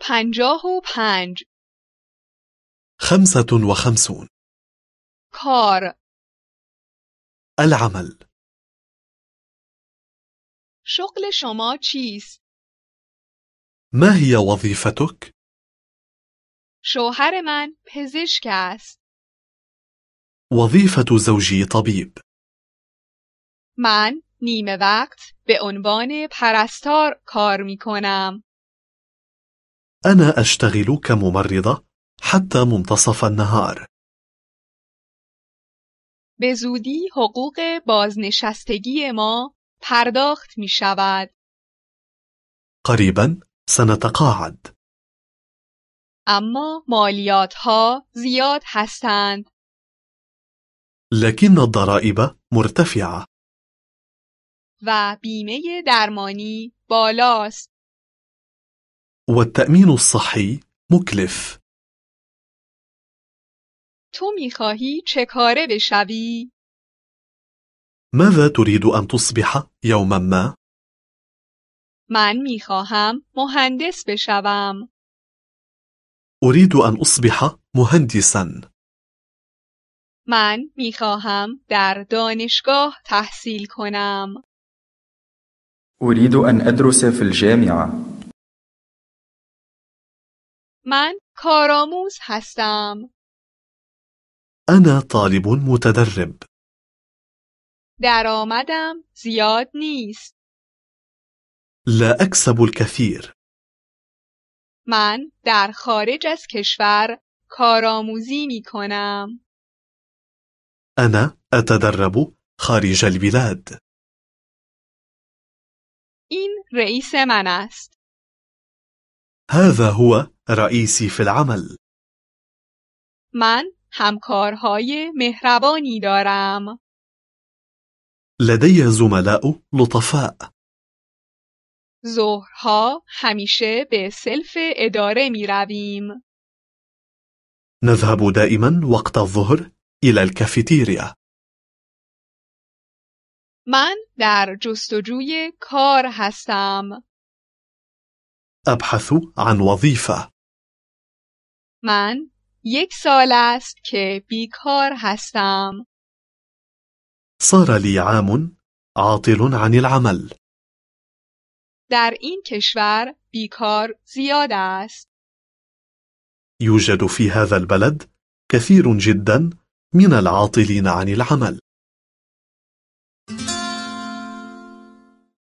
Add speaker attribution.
Speaker 1: پنجاه و پنج
Speaker 2: خمسة وخمسون
Speaker 1: کار
Speaker 2: العمل
Speaker 1: شغل شما چیست؟
Speaker 2: ما هي وظيفتك؟
Speaker 1: شوهر من پزشک است.
Speaker 2: وظيفة زوجي طبيب
Speaker 1: من نیمه وقت به عنوان پرستار کار می کنم.
Speaker 2: أنا أشتغل كممرضة حتى منتصف النهار
Speaker 1: به زودی حقوق بازنشستگی ما پرداخت می شود.
Speaker 2: قريبا سنتقاعد
Speaker 1: اما مالیات ها زیاد هستند.
Speaker 2: لكن الضرائب مرتفعة
Speaker 1: و بیمه درمانی بالاست.
Speaker 2: والتأمين الصحي مكلف
Speaker 1: تو میخواهی چه کاره بشوی؟
Speaker 2: ماذا تريد أن تصبح يوما ما؟
Speaker 1: من میخواهم مهندس بشوم.
Speaker 2: أريد أن أصبح مهندسا
Speaker 1: من میخواهم در دانشگاه تحصیل کنم.
Speaker 3: أريد أن أدرس في الجامعة
Speaker 1: من کارآموز هستم.
Speaker 2: أنا طالب متدرب
Speaker 1: درآمدم زیاد نیست.
Speaker 2: لا أكسب الكثير
Speaker 1: من در خارج از کشور کارآموزی می کنم.
Speaker 2: أنا أتدرب خارج البلاد
Speaker 1: این رئیس من است.
Speaker 2: هذا هو رئيسي في العمل
Speaker 1: من همکارهای مهربانی دارم.
Speaker 2: لدي زملاء لطفاء
Speaker 1: ظهرها همیشه به سلف اداره می رویم.
Speaker 2: نذهب دائما وقت الظهر إلى الكافيتيريا
Speaker 1: من در جستجوی کار هستم.
Speaker 2: أبحث عن وظيفة
Speaker 1: من یک سال است که بیکار هستم.
Speaker 2: صار لي عام عاطل عن العمل
Speaker 1: در این کشور بیکار زیاد است.
Speaker 2: يوجد في هذا البلد كثير جدا من العاطلين عن العمل